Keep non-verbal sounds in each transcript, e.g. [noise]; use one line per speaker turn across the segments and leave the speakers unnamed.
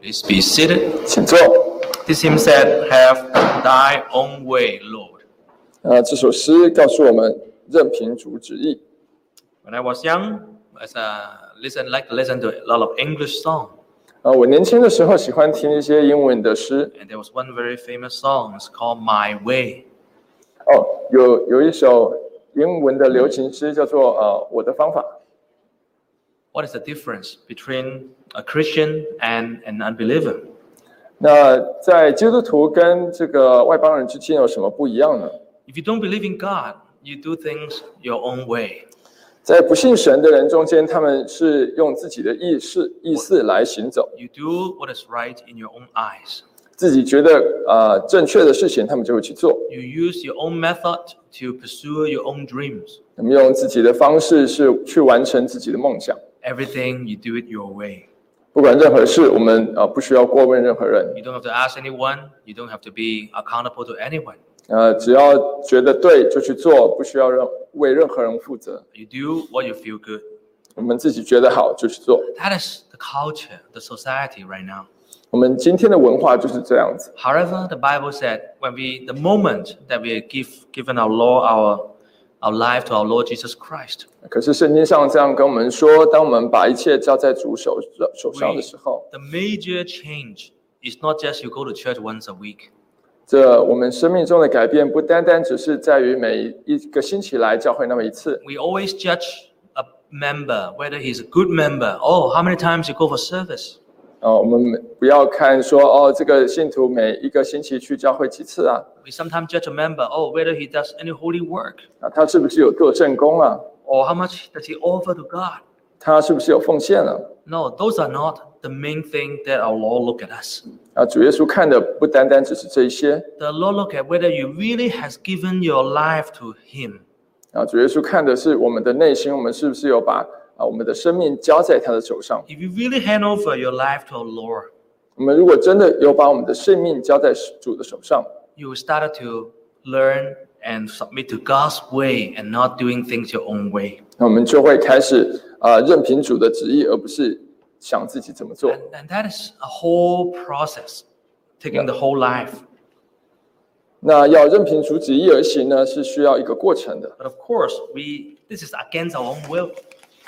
Please be seated.
请坐。
This hymn said, Have thy own way, Lord.
啊、这首诗告诉我们，任凭主旨意。
When I was young, as I listen, like to listen to a lot of English song,
啊、我年轻的时候喜欢听一些英文的诗。
and there was one very famous song. It's called My Way.
哦，有有一首英文的流行诗叫做《呃我的方法》。
What is the difference between a Christian and an unbeliever?
那在基督徒跟这个外邦人之间有什么不一样呢？
If you don't believe in God, you do things your own way.
在不信神的人中间，他们是用自己的意识意识来行走，
You do what is right in your own eyes.
自己觉得呃正确的事情，他们就会去做。
You use your own method to pursue your own dreams.
他们用自己的方式是去完成自己的梦想。
Everything you do it your way.
不管任何事，我们呃不需要过问任何人，
You don't have to ask anyone. You don't have to be accountable to anyone.
呃，只要觉得对就去做，不需要任为任何人负责。
You do what you feel good.
我们自己觉得好就去做。
That is the culture, the society right now.
我们今天的文化就是这样子。
However, the Bible said when we the moment that we give given our Lord our our life to our Lord Jesus Christ,
可是圣经上这样跟我们说，当我们把一切交在主手手上的时候，
the major change is not just you go to church once a week.
这我们生命中的改变不单单只是在于每一个星期来教会那么一次。
We always judge a member whether he's a good member. Oh, how many times you go for service?
呃，我们每不要看说哦，这个信徒每一个星期去教会几次啊？
We sometimes judge a member. Oh, whether he does any holy work
啊，他是不是有做正工啊？
or how much does he offer to God.
他是不是有奉献啊？
No, those are not the main thing that our Lord look at us.
啊，主耶稣看的不单单只是这一些，
The Lord look at whether you really has given your life to Him.
啊，主耶稣看的是我们的内心，我们是不是有把啊我们的生命交在他的手上？
If you really hand over your life to our Lord,
我们如果真的有把我们的生命交在主的手上，
you will start to learn and submit to God's way and not doing things your own way.
那我们就会开始啊、任凭主的旨意，而不是想自己怎么做。
And that is a whole process, taking the whole life.
那要任凭主旨意而行呢，是需要一个过程的。
But of course, we this is against our own will,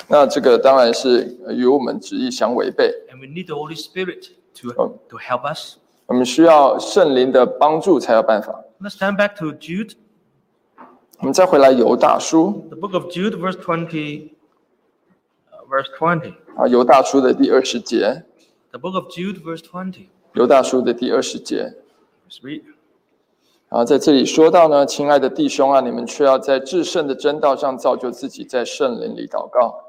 那这个当然是呃与我们旨意相违背。
and we need the Holy Spirit to,
Oh.
to help us.
我们需要圣灵的帮助才有办法。
Let's turn back to Jude
我们再回来犹大书
The book of Jude, verse 20, uh, verse 20.
啊，犹大书的第二十节，
The book of Jude, verse 20.
犹大书的第二十节。
Let's read.
啊，在这里说到呢，亲爱的弟兄啊，你们却要在至圣的真道上造就自己，在圣灵里祷告。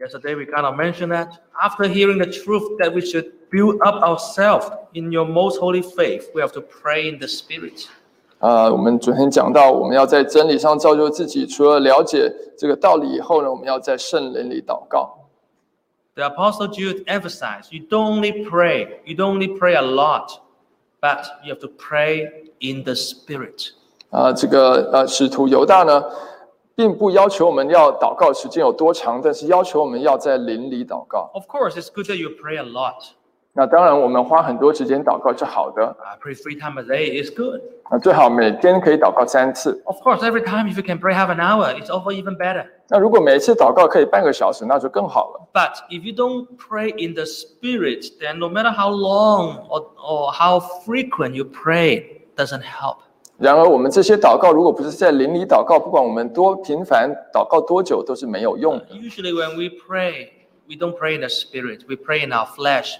Yesterday, we kind of mentioned that after hearing the truth that we should build up ourselves in your most holy faith, we have to pray in the Spirit.
啊，我们昨天讲到，我们要在真理上造就自己，除了了解这个道理以后呢，我们要在圣灵里祷告。
The Apostle Jude emphasized you don't only pray, you don't only pray a lot, but you have to pray in the Spirit.
啊，这个呃，使徒犹大呢，并不要求我们要祷告时间有多长，但是要求我们要在灵里祷告。
Of course, it's good that you pray a lot.
那当然，我们花很多时间祷告是好的，
I pray three times a day is good.
啊，最好每天可以祷告三次。
Of course, every time if you can pray half an hour, it's over even better.
那如果每次祷告可以半个小时，那就更好了。
But if you don't pray in the spirit, then no matter how long or, or how frequent you pray, doesn't help.
然而，我们这些祷告如果不是在灵里祷告，不管我们多频繁祷告多久，都是没有用的。
Usually, when we pray, we don't pray in the spirit, we pray in our flesh.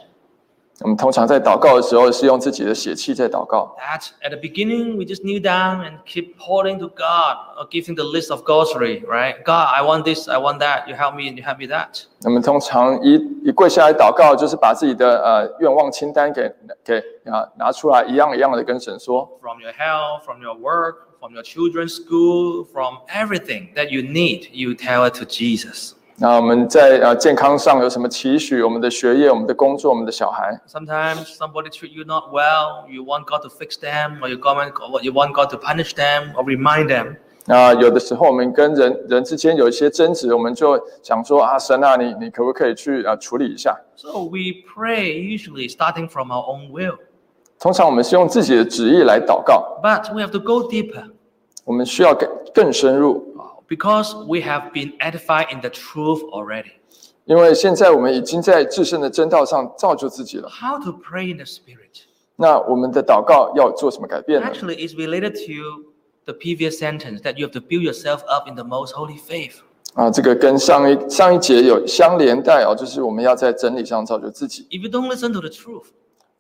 我们通常在祷告的时候是用自己的血气在祷告。
That at the beginning, we just kneel down and keep calling to God or giving the list of grocery, right? God, I want this, I want that, you help me and you help me that.
我们通常一一跪下来祷告，就是把自己的呃愿望清单给给啊拿出来，一样一样的跟神说。
From your health, from your work, from your children's school, from everything that you need, you tell it to Jesus.
那我们在呃健康上有什么期许？我们的学业、我们的工作、我们的小孩。
Sometimes somebody treat you not well, you want God to fix them, or you, comment, or you want God to punish them or remind them.
那有的时候我们跟人人之间有一些争执，我们就想说啊，神啊，你你可不可以去啊处理一下？
So we pray usually starting from our own will,
通常我们是用自己的旨意来祷告，
but we have to go deeper
我们需要更更深入，
uh, because we have been edified in the truth already.
因为现在我们已经在自身的真道上造就自己了。
How to pray in the spirit
那我们的祷告要做什么改变呢？
actually is related to the previous sentence that you have to build yourself up in the most holy faith.
啊，这个跟上一上一节有相连带哦，就是我们要在真理上造就自己。
If you don't listen to the truth,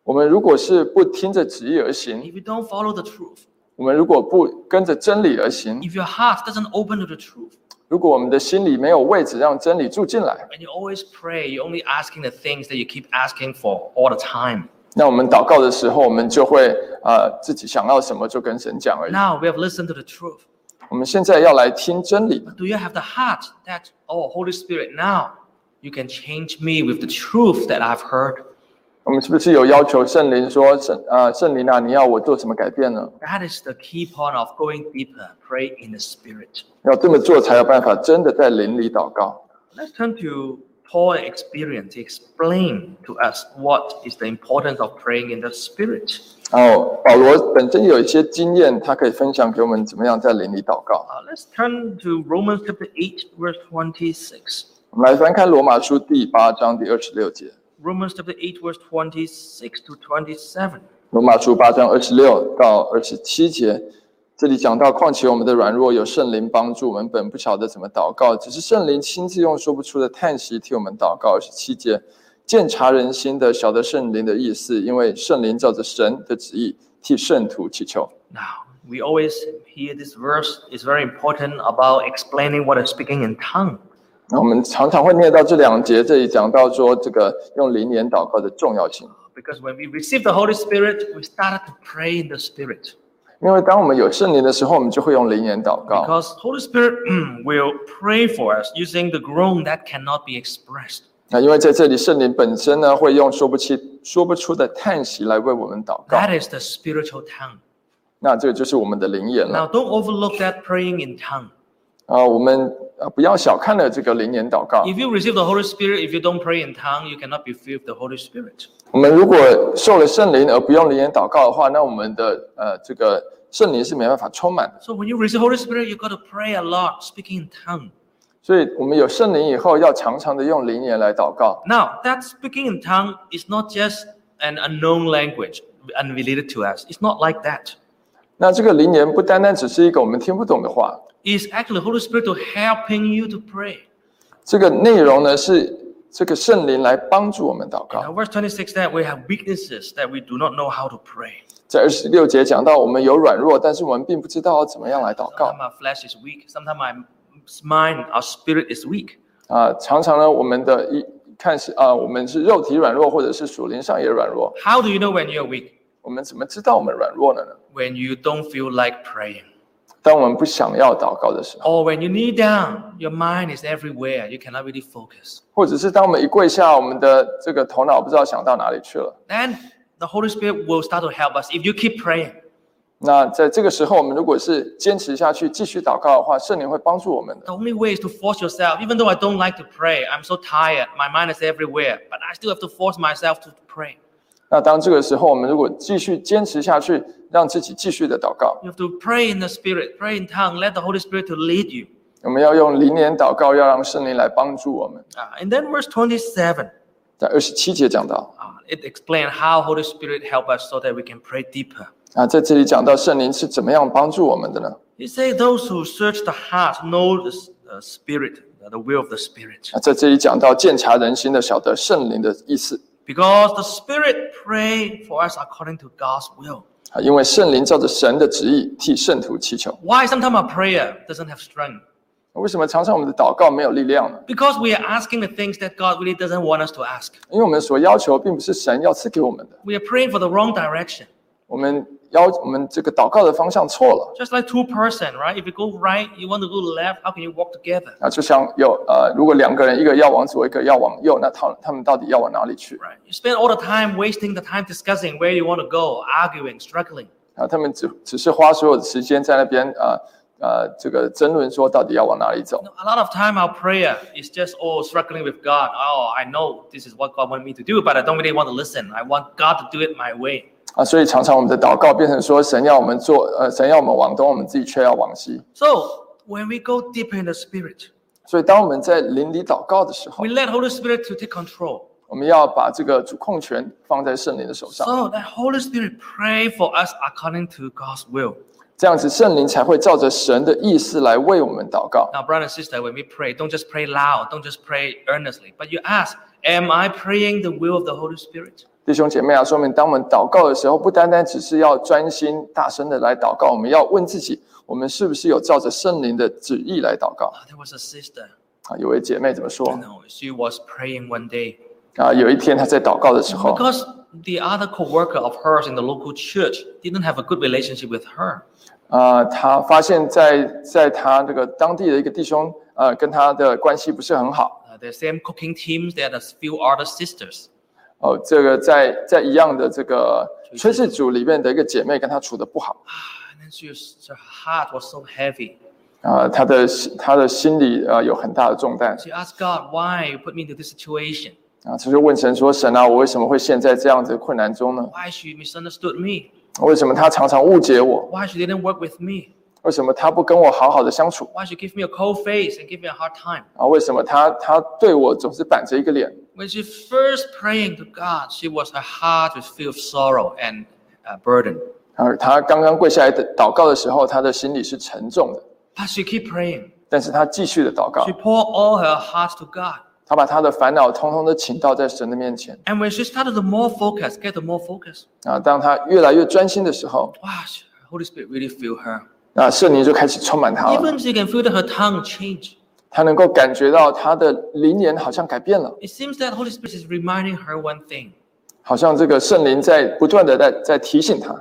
我们如果是不听着旨意而行，
if you don't follow the truth,
我们如果不跟着真理而行，
if your heart doesn't open to the truth,
如果我们的心里没有位置让真理住进来，
and you always pray, you're only asking the things that you keep asking for all the time.
那我们祷告的时候，我们就会呃自己想要什么就跟神讲而已。
Now we have listened to the truth.
我们现在要来听真理，
Do you have the heart that, oh, Holy Spirit, now you can change me with the truth that I've heard?
我们是不是有要求圣灵说圣呃圣灵啊，你要我做什么改变呢？
That is the key point of going deeper, pray in the Spirit.
要这么做才有办法真的在灵里祷告。
Let's turn to Paul experience. He explain to us what is the importance of praying in the Spirit.
然后保罗本身有一些经验，他可以分享给我们怎么样在灵里祷告。
Uh, let's turn to Romans chapter 8, verse 26.
我们来翻开罗马书第八章第二十六节，
Romans chapter 8, verse 26 to 27.
罗马书八章二十六到二十七节，这里讲到，况且我们的软弱有圣灵帮助，我们本不晓得怎么祷告，只是圣灵亲自用说不出的叹息替我们祷告。二十七节，鉴察人心的，晓得圣灵的意思，因为圣灵照着神的旨意替圣徒祈求。
Now, we always hear this verse is very important about explaining what is speaking in tongue.
那我们常常会念到这两节，这里讲到说这个用灵言祷告的重要性。
Because when we receive the Holy Spirit, we started to pray in the Spirit.
因为当我们有圣灵的时候，我们就会用灵言祷告。
Because Holy Spirit [clears throat] will pray for us using the groan that cannot be expressed.
啊那因为在这里，圣灵本身呢，会用说不清、说不出的叹息来为我们祷告。
That is the spiritual tongue.
那这个就是我们的灵言了。
Now, don't overlook that praying in tongue.
啊，我们呃不要小看了这个灵言祷告。
If you receive the Holy Spirit, if you don't pray in tongue, you cannot be filled with the Holy Spirit.
我们如果受了圣灵而不用灵言祷告的话，那我们的呃这个圣灵是没办法充满的。
So when you receive Holy Spirit, you got to pray a lot, speaking in tongue.
所以，我们有圣灵以后，要常常的用灵言来祷告。
Now, that speaking in tongue is not just an unknown language unrelated to us. It's not like that.
那这个灵言不单单只是一个我们听不懂的话，
It's actually Holy Spirit to helping you to pray.
这个内容呢是这个圣灵来帮助我们祷告。
Now, verse 26 that we have weaknesses that we do not know how to pray.
在二十六节讲到，我们有软弱，但是我们并不知道要怎么样来祷告
Sometimes my flesh is weak. Sometimes my mind, our spirit is weak.
啊、常常呢，我们的一看是啊、我们是肉体软弱，或者是属灵上也软弱。
How do you know when you're weak?
我们怎么知道我们软弱了呢？
When you don't feel like praying.
当我们不想要祷告的时候，
Or when you kneel down, your mind is everywhere. You cannot really focus.
或者是当我们一跪下，我们的这个头脑不知道想到哪里去了。
Then the Holy Spirit will start to help us if you keep praying.
那在这个时候，我们如果是坚持下去，继续祷告的话，圣灵会帮助我们的。
The only way is to force yourself. Even though I don't like to pray, I'm so tired, my mind is everywhere, but I still have to force myself to pray.
那当这个时候，我们如果继续坚持下去，让自己继续的祷告，
You have to pray in the spirit, pray in tongue, let the Holy Spirit to lead you.
我们要用灵言祷告，要让圣灵来帮助我们。
Uh, and then verse 27,
在二十七节讲到
uh, it explains how Holy Spirit help us so that we can pray deeper.
啊，在这里讲到圣灵是怎么样帮助我们的呢？
He say those who search the heart know the s- uh, spirit, uh, the will of the spirit.
啊，在这里讲到鉴察人心的，晓得圣灵的意思
Because the spirit pray for us according to God's will.
啊，因为圣灵照着神的旨意替圣徒祈求。
Why sometimes our prayer doesn't have strength?
为什么常常我们的祷告没有力量呢？
Because we are asking the things that God really doesn't want us to ask.
因为我们所要求并不是神要赐给我们的，
We are praying for the wrong direction.
我们要我们这个祷告的方向错了
Just like two person, right? If you go right, you want to go left, how can you walk together?
啊，就像有呃，如果两个人一个要往左，一个要往右，那他他们到底要往哪里去
Right. You spend all the time wasting the time discussing
啊
where you want to go, arguing, struggling.
啊？他们只只是花所有的时间在那边啊呃这个争论说到底要往哪里走。
A lot of time our prayer is just oh struggling with God. Oh, I know this is what God wanted me to do, but I don't really want to listen. I want God to do it my way.
啊，所以常常我们的祷告变成说，神要我们做，呃，神要我们往东，我们自己却要往西。
So when we go deeper in the spirit,
所以当我们在邻里祷告的时候
we，let Holy Spirit to take control.
我们要把这个主控权放在圣灵的手上，
So that Holy Spirit pray for us according to God's will.
这样子圣灵才会照着神的意思来为我们祷告。
Now, brother and sister, when we pray, don't just pray loud, don't just pray earnestly, but you ask, Am I praying the will of the Holy Spirit?
弟兄姐妹啊，说明当我们祷告的时候，不单单只是要专心大声的来祷告，我们要问自己，我们是不是有照着圣灵的旨意来祷告
Oh, there was a sister.
啊？有位姐妹怎么说
You know, she was praying one day
啊？有一天她在祷告的时候，
because the other co-worker of hers in the local church didn't have a good relationship with her.
啊，她发现在在她这个当地的一个弟兄，呃，跟她的关系不是很好。
Uh, the same cooking teams, they had a few other sisters.
哦，这个在在一样的这个炊事组里面的一个姐妹跟她处的不好
And then she was, her heart was so heavy.
啊、她的她的心里呃有很大的重担
She asked God, why you put me into this situation?
啊，她就问神说：“神啊，我为什么会陷在这样子的困难中呢？
Why she misunderstood me?
为什么她常常误解我？
Why she didn't work with me?
为什么她不跟我好好的相处
Why she give me a cold face and give me a hard time?
啊？为什么她她对我总是板着一个脸
When she first praying to God, she was her heart was filled with sorrow and uh, burden.
啊？她刚刚跪下来的祷告的时候，她的心里是沉重的，
But she keep praying.
但是她继续的祷告
She，poured all her heart to God.
她把她的烦恼通通的倾倒在神的面前
And when she started to more focus, get the more focus,
啊。当她越来越专心的时候，
wow, she- Holy Spirit really feel her.
那圣灵就开始充满她了。
Even she can feel that her tongue change.
他能够感觉到他的灵言好像改变了，
It seems that Holy Spirit is reminding her one thing,
好像这个圣灵在不断的在在提醒他，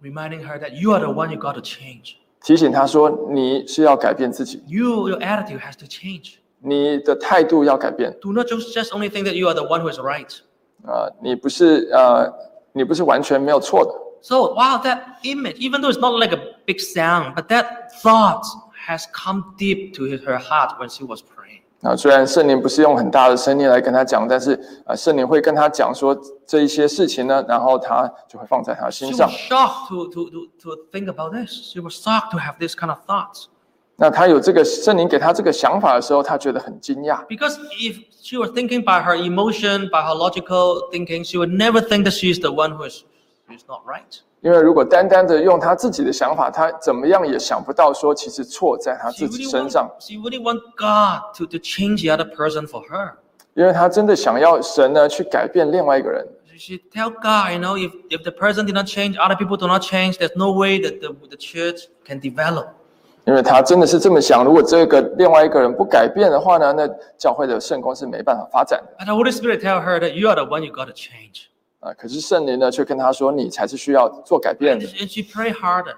reminding her that you are the one you got to change.
提醒他说你是要改变自己，
You, your attitude has to change.
你的态度要改变，
Do not just, just only think that you are the one who is right.
呃，你不是呃，你不是完全没有错的。
So, wow, that image, even though it's not like a big sound, but that thought has come deep to her heart when she was praying.
啊，虽然圣灵不是用很大的声音来跟他讲，但是呃，圣灵会跟他讲说这一些事情呢，然后他就会放在他
She
心上
was。shocked to, to, to, to think about this. She was shocked to have this kind of thoughts.
那他有这个圣灵给他这个想法的时候，他觉得很惊讶，
Because if she was thinking by her emotion, by her logical thinking, she would never think that she is the one who is, who is not right.
因为如果单单的用他自己的想法，他怎么样也想不到说，其实错在他
She
自己
really
身上，
want, she really want God to, to change the other person for her.
因为他真的想要神呢去改变另外一个人
She- She tell God, you know, if, if the person did not change, other people do not change, there's no way that the, the church can develop.
因为他真的是这么想。如果这个另外一个人不改变的话呢，那教会的圣公是没办法发展的
But the Holy Spirit tell her that you are the one you got to change.
啊、可是圣灵呢却跟他说，你才是需要做改变
And,
的。
and she pray harder.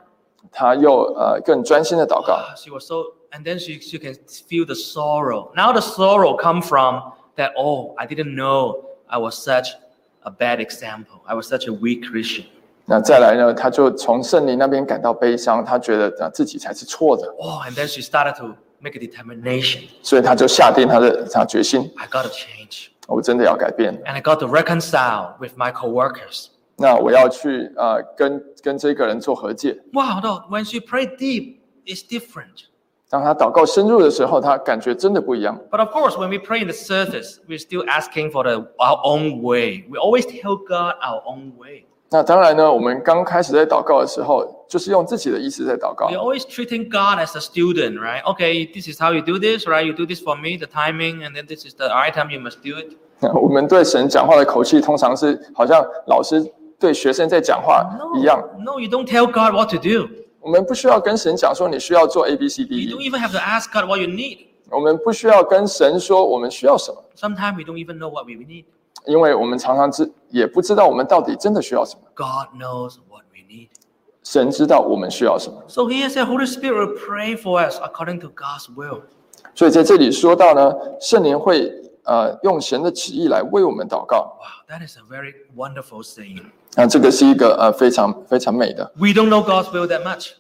他又呃更专心的祷告
Ah, She was so, and then she, she can feel the sorrow. Now the sorrow come from that, oh, I didn't know I was such a bad example. I was such a weak Christian.
那再来呢，他就从圣灵那边感到悲伤，他觉得啊自己才是错的，
Oh, and then she started to make a determination.
所以他就下定他的他决心，
I got to change.
我真的要改变。
And I got to reconcile with my coworkers.
那我要去呃跟跟这个人做和解。
Wow, no, when she prayed deep, it's different.
当他祷告深入的时候，他感觉真的不一样。
But of course, when we pray in the surface, we're still asking for the, our own way. We always tell God our own way.
那当然呢，我们刚开始在祷告的时候，就是用自己的意思在祷告
We're。always treating God as a student, right? Okay, this is how you do this, right? You do this for me, the timing, and then this is the item you must do it.
我们对神讲话的口气，通常是好像老师对学生在讲话一样。
No, no, you don't tell God what to do.
我们不需要跟神讲说你需要做 A B C D
You don't
E，
even have to ask God what you need.
我们不需要跟神说我们需要什么，
Sometimes we don't even know what we need.
因为我们常常知也不知道我们到底真的需要什么。
God knows what we need.
神知道我们需要什么，
So here the Holy Spirit will pray for us according to God's will.
所以在这里说到呢，圣灵会呃用神的旨意来为我们祷告。
Wow, that is a very wonderful saying.
那这个是一个呃非常非常美的。
We don't know God's will that much.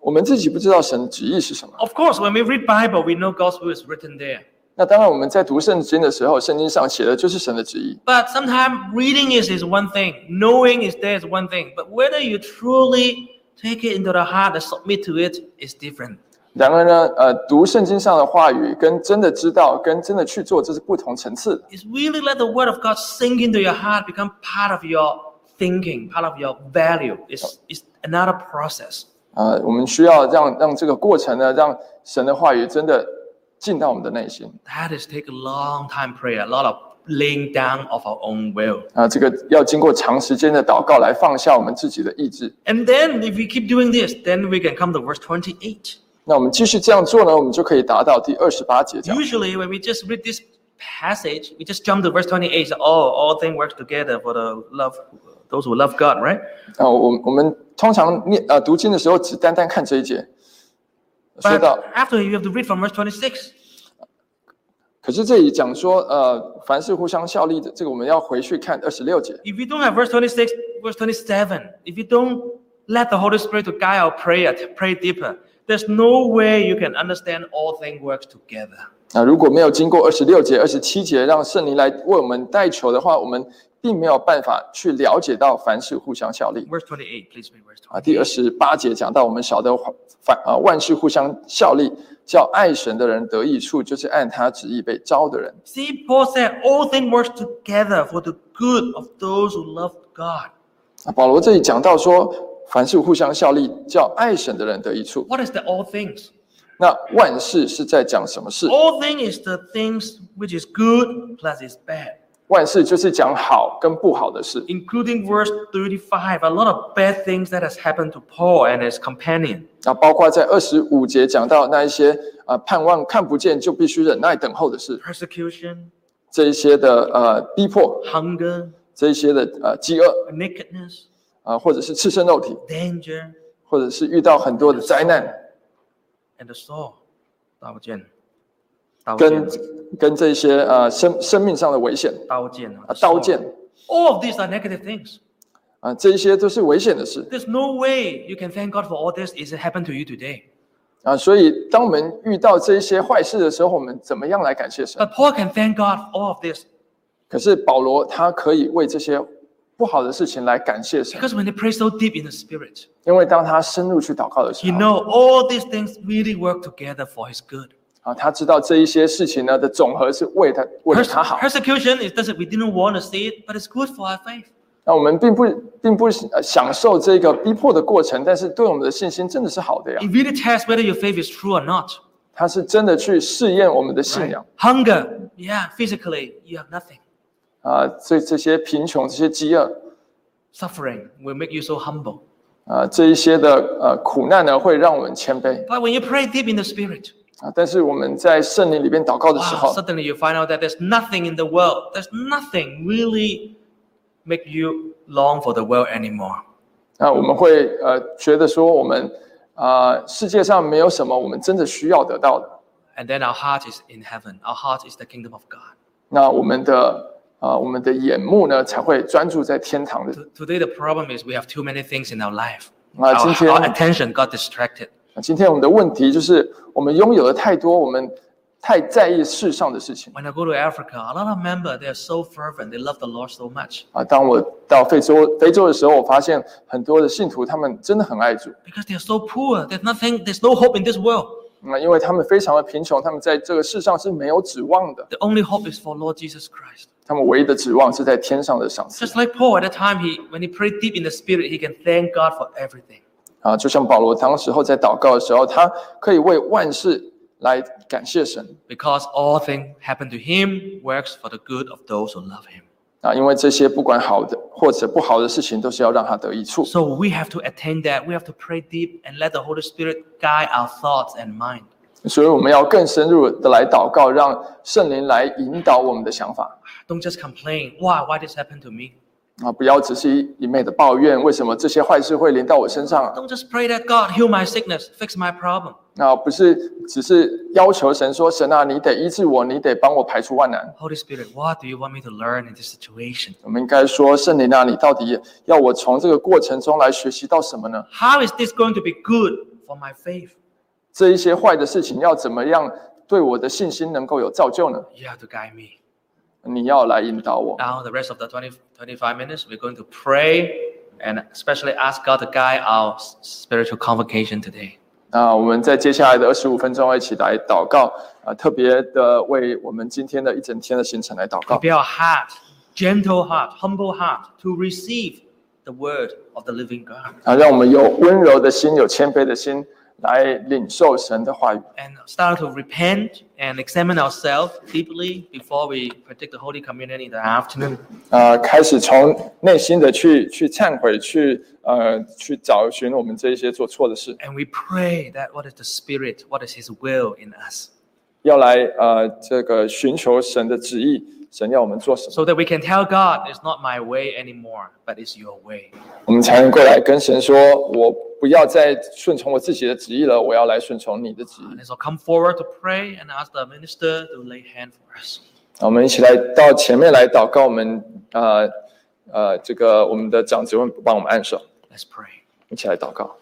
我们自己不知道神的旨意是什么。
Of course, when we read Bible, we know God's will is written there.
那当然，我们在读圣经的时候，圣经上写的就是神的旨意。
But sometimes reading is, is one thing, knowing is there is one thing. But whether you truly take it into the heart and submit to it is different.
然而呢，呃，读圣经上的话语跟真的知道、跟真的去做，这是不同层次的。
It's really let the word of God sink into your heart, become part of your thinking, part of your value. It's, it's another process.
呃，我们需要让让这个过程呢，让神的话语真的进到我们的内心。
That is take a long time prayer, a lot of laying down of our own will.
啊、这个要经过长时间的祷告来放下我们自己的意志。
And then if we keep doing this, then we can come to verse 28.
那我们继续这样做呢，我们就可以达到第二十八节讲。
Usually, when we just read this passage, we just jump to verse 28. So, oh, all things work together for the love, those who love God, right?
啊、我我们通常念啊、读经的时候，只单单看这一节，说
But
到，
after you have to read from verse 26.
可是这里讲说，呃，凡事互相效力的，这个我们要回去看二十六节。
If you don't have verse 26, verse 27, if you don't let the Holy Spirit to guide our prayer, to pray deeper, there's no way you can understand all things works together.
啊、如果没有经过二十六节、二十七节，让圣灵来为我们代求的话，我们并没有办法去了解到凡事互相效力。
Verse 28, please read verse 28.
啊，第二十八节讲到，我们晓得凡啊万事互相效力，叫爱神的人得益处，就是按他旨意被招的人。
See, Paul said, all things work together for the good of those who love God.
啊，保罗这里讲到说，凡事互相效力，叫爱神的人得益处。
What is the all things?
那万事是在讲什么事？
All thing is the things which is good plus is bad,
万事就是讲好跟不好的事，
including verse 35. A lot of bad things that has happened to Paul and his companion.
啊，包括在二十五节讲到那一些啊盼望看不见就必须忍耐等候的事，
Persecution,
这一些的呃逼迫，
hunger,
这一些的呃饥饿
nakedness,
啊、或者是赤身肉体，
danger,
或者是遇到很多的灾难。
and the soul. 刀剑，刀剑，
跟
刀剑，
跟这些呃生生命上的危险啊，刀剑
All of these are negative things.
啊，这一些都是危险的事
There's no way you can thank God for all this. Is it happened to you today?
啊。所以，当我们遇到这一些坏事的时候，我们怎么样来感谢神？
But Paul can thank God for all of this
可是保罗他可以为这些不好的事情来感谢神，
because when they pray so deep in the spirit,
因为当他深入去祷告的时
he
候，
know all these things really work together for his good.
啊，他知道这一些事情呢的总和是为他为了
Perse-
他好。
persecution is doesn't we didn't want to see it, but it's good for our faith.
那我们并不并不呃享受这个逼迫的过程，但是对我们的信心真的是好的呀。
It really tests whether your faith is true or not.
他是真的去试验我们的信仰
Hunger, yeah, physically you have nothing.
啊，这这些贫穷、这些饥饿
Suffering will make you so humble.
啊，这一些的呃苦难呢，会让我们谦卑
But when you pray deep in the spirit,
啊。但是我们在圣灵里边祷告的时
wow,
候，
suddenly you find out that there's nothing in the world. There's nothing really make you long for the world anymore.
啊，我们会呃觉得说我们啊、世界上没有什么我们真的需要得到的。
And then our heart is in heaven. Our heart is the kingdom of God.
那我们的啊、我们的眼目呢才会专注在天堂的
T- Today the problem is we have too many things in our life.
Ah,
Our-
今天-
our attention got distracted.
今天我们的问题就是，我们拥有的太多，我们太在意世上的事情
when I go to Africa, a lot of members they are so fervent, they love the Lord so much
啊。当我到非洲非洲的时候，我发现很多的信徒他们真的很爱主，
because they are so poor. There's nothing, there's no hope in this world.
那、因为他们非常的贫穷，他们在这个世上是没有指望的，
The only hope is for Lord Jesus Christ.
他们唯一的指望是在天上的赏赐
Just like Paul at the time, he when he prayed deep in the spirit, he can thank God for everything.
啊。就像保罗当时候在祷告的时候，他可以为万事来感谢神
Because all things happen to him works for the good of those who love him.
啊，因为这些不管好的或者不好的事情，都是要让他得益处。
So we have to attain that. We have to pray deep and let the Holy Spirit guide our thoughts and mind.
所以我们要更深入的来祷告，让圣灵来引导我们的想法。
Don't just complain. Why? Why this happened to me?
啊，不要只是一一昧的抱怨，为什么这些坏事会临到我身上啊？
Don't just pray that God heal my sickness, fix my problem.
啊，不是只是要求神说，神啊，你得医治我，你得帮我排除万难。
Holy Spirit, what do you want me to learn in this situation?
我们应该说，圣灵啊，你到底要我从这个过程中来学习到什么呢？
How is this going to be good for for my faith?
这一些坏的事情要怎么样对我的信心能够有造就呢？
You have to guide me.
你要来引导我。
Now, the rest of the 20, 25 minutes, we're going to pray and especially ask God to guide our s- spiritual convocation today.
那我们在接下来的二十五分钟要一起来祷告啊、特别的为我们今天的一整天的行程来祷告。
Prepare our heart, gentle heart, humble heart to receive the word of the living God
啊，让我们有温柔的心，有谦卑的心来领受神的话语，
and start to repent and examine ourselves deeply before we partake the Holy Communion in the afternoon.
啊，开始从内心的去去忏悔，去呃去找寻我们这一些做错的事，
And we pray that what is the Spirit, what is His will in us,
要来呃这个寻求神的旨意，神要我们做什么，
so that we can tell God, it's not my way anymore, but it's your way.
我们才能够来跟神说，我不要再顺从我自己的旨意了，我要来顺从你的旨意。
And so come forward to pray and ask the minister to lay hand for us.
我们一起来到前面来祷告，我们呃呃这个我们的长子会帮我们按手，
Let's pray.
一起来祷告。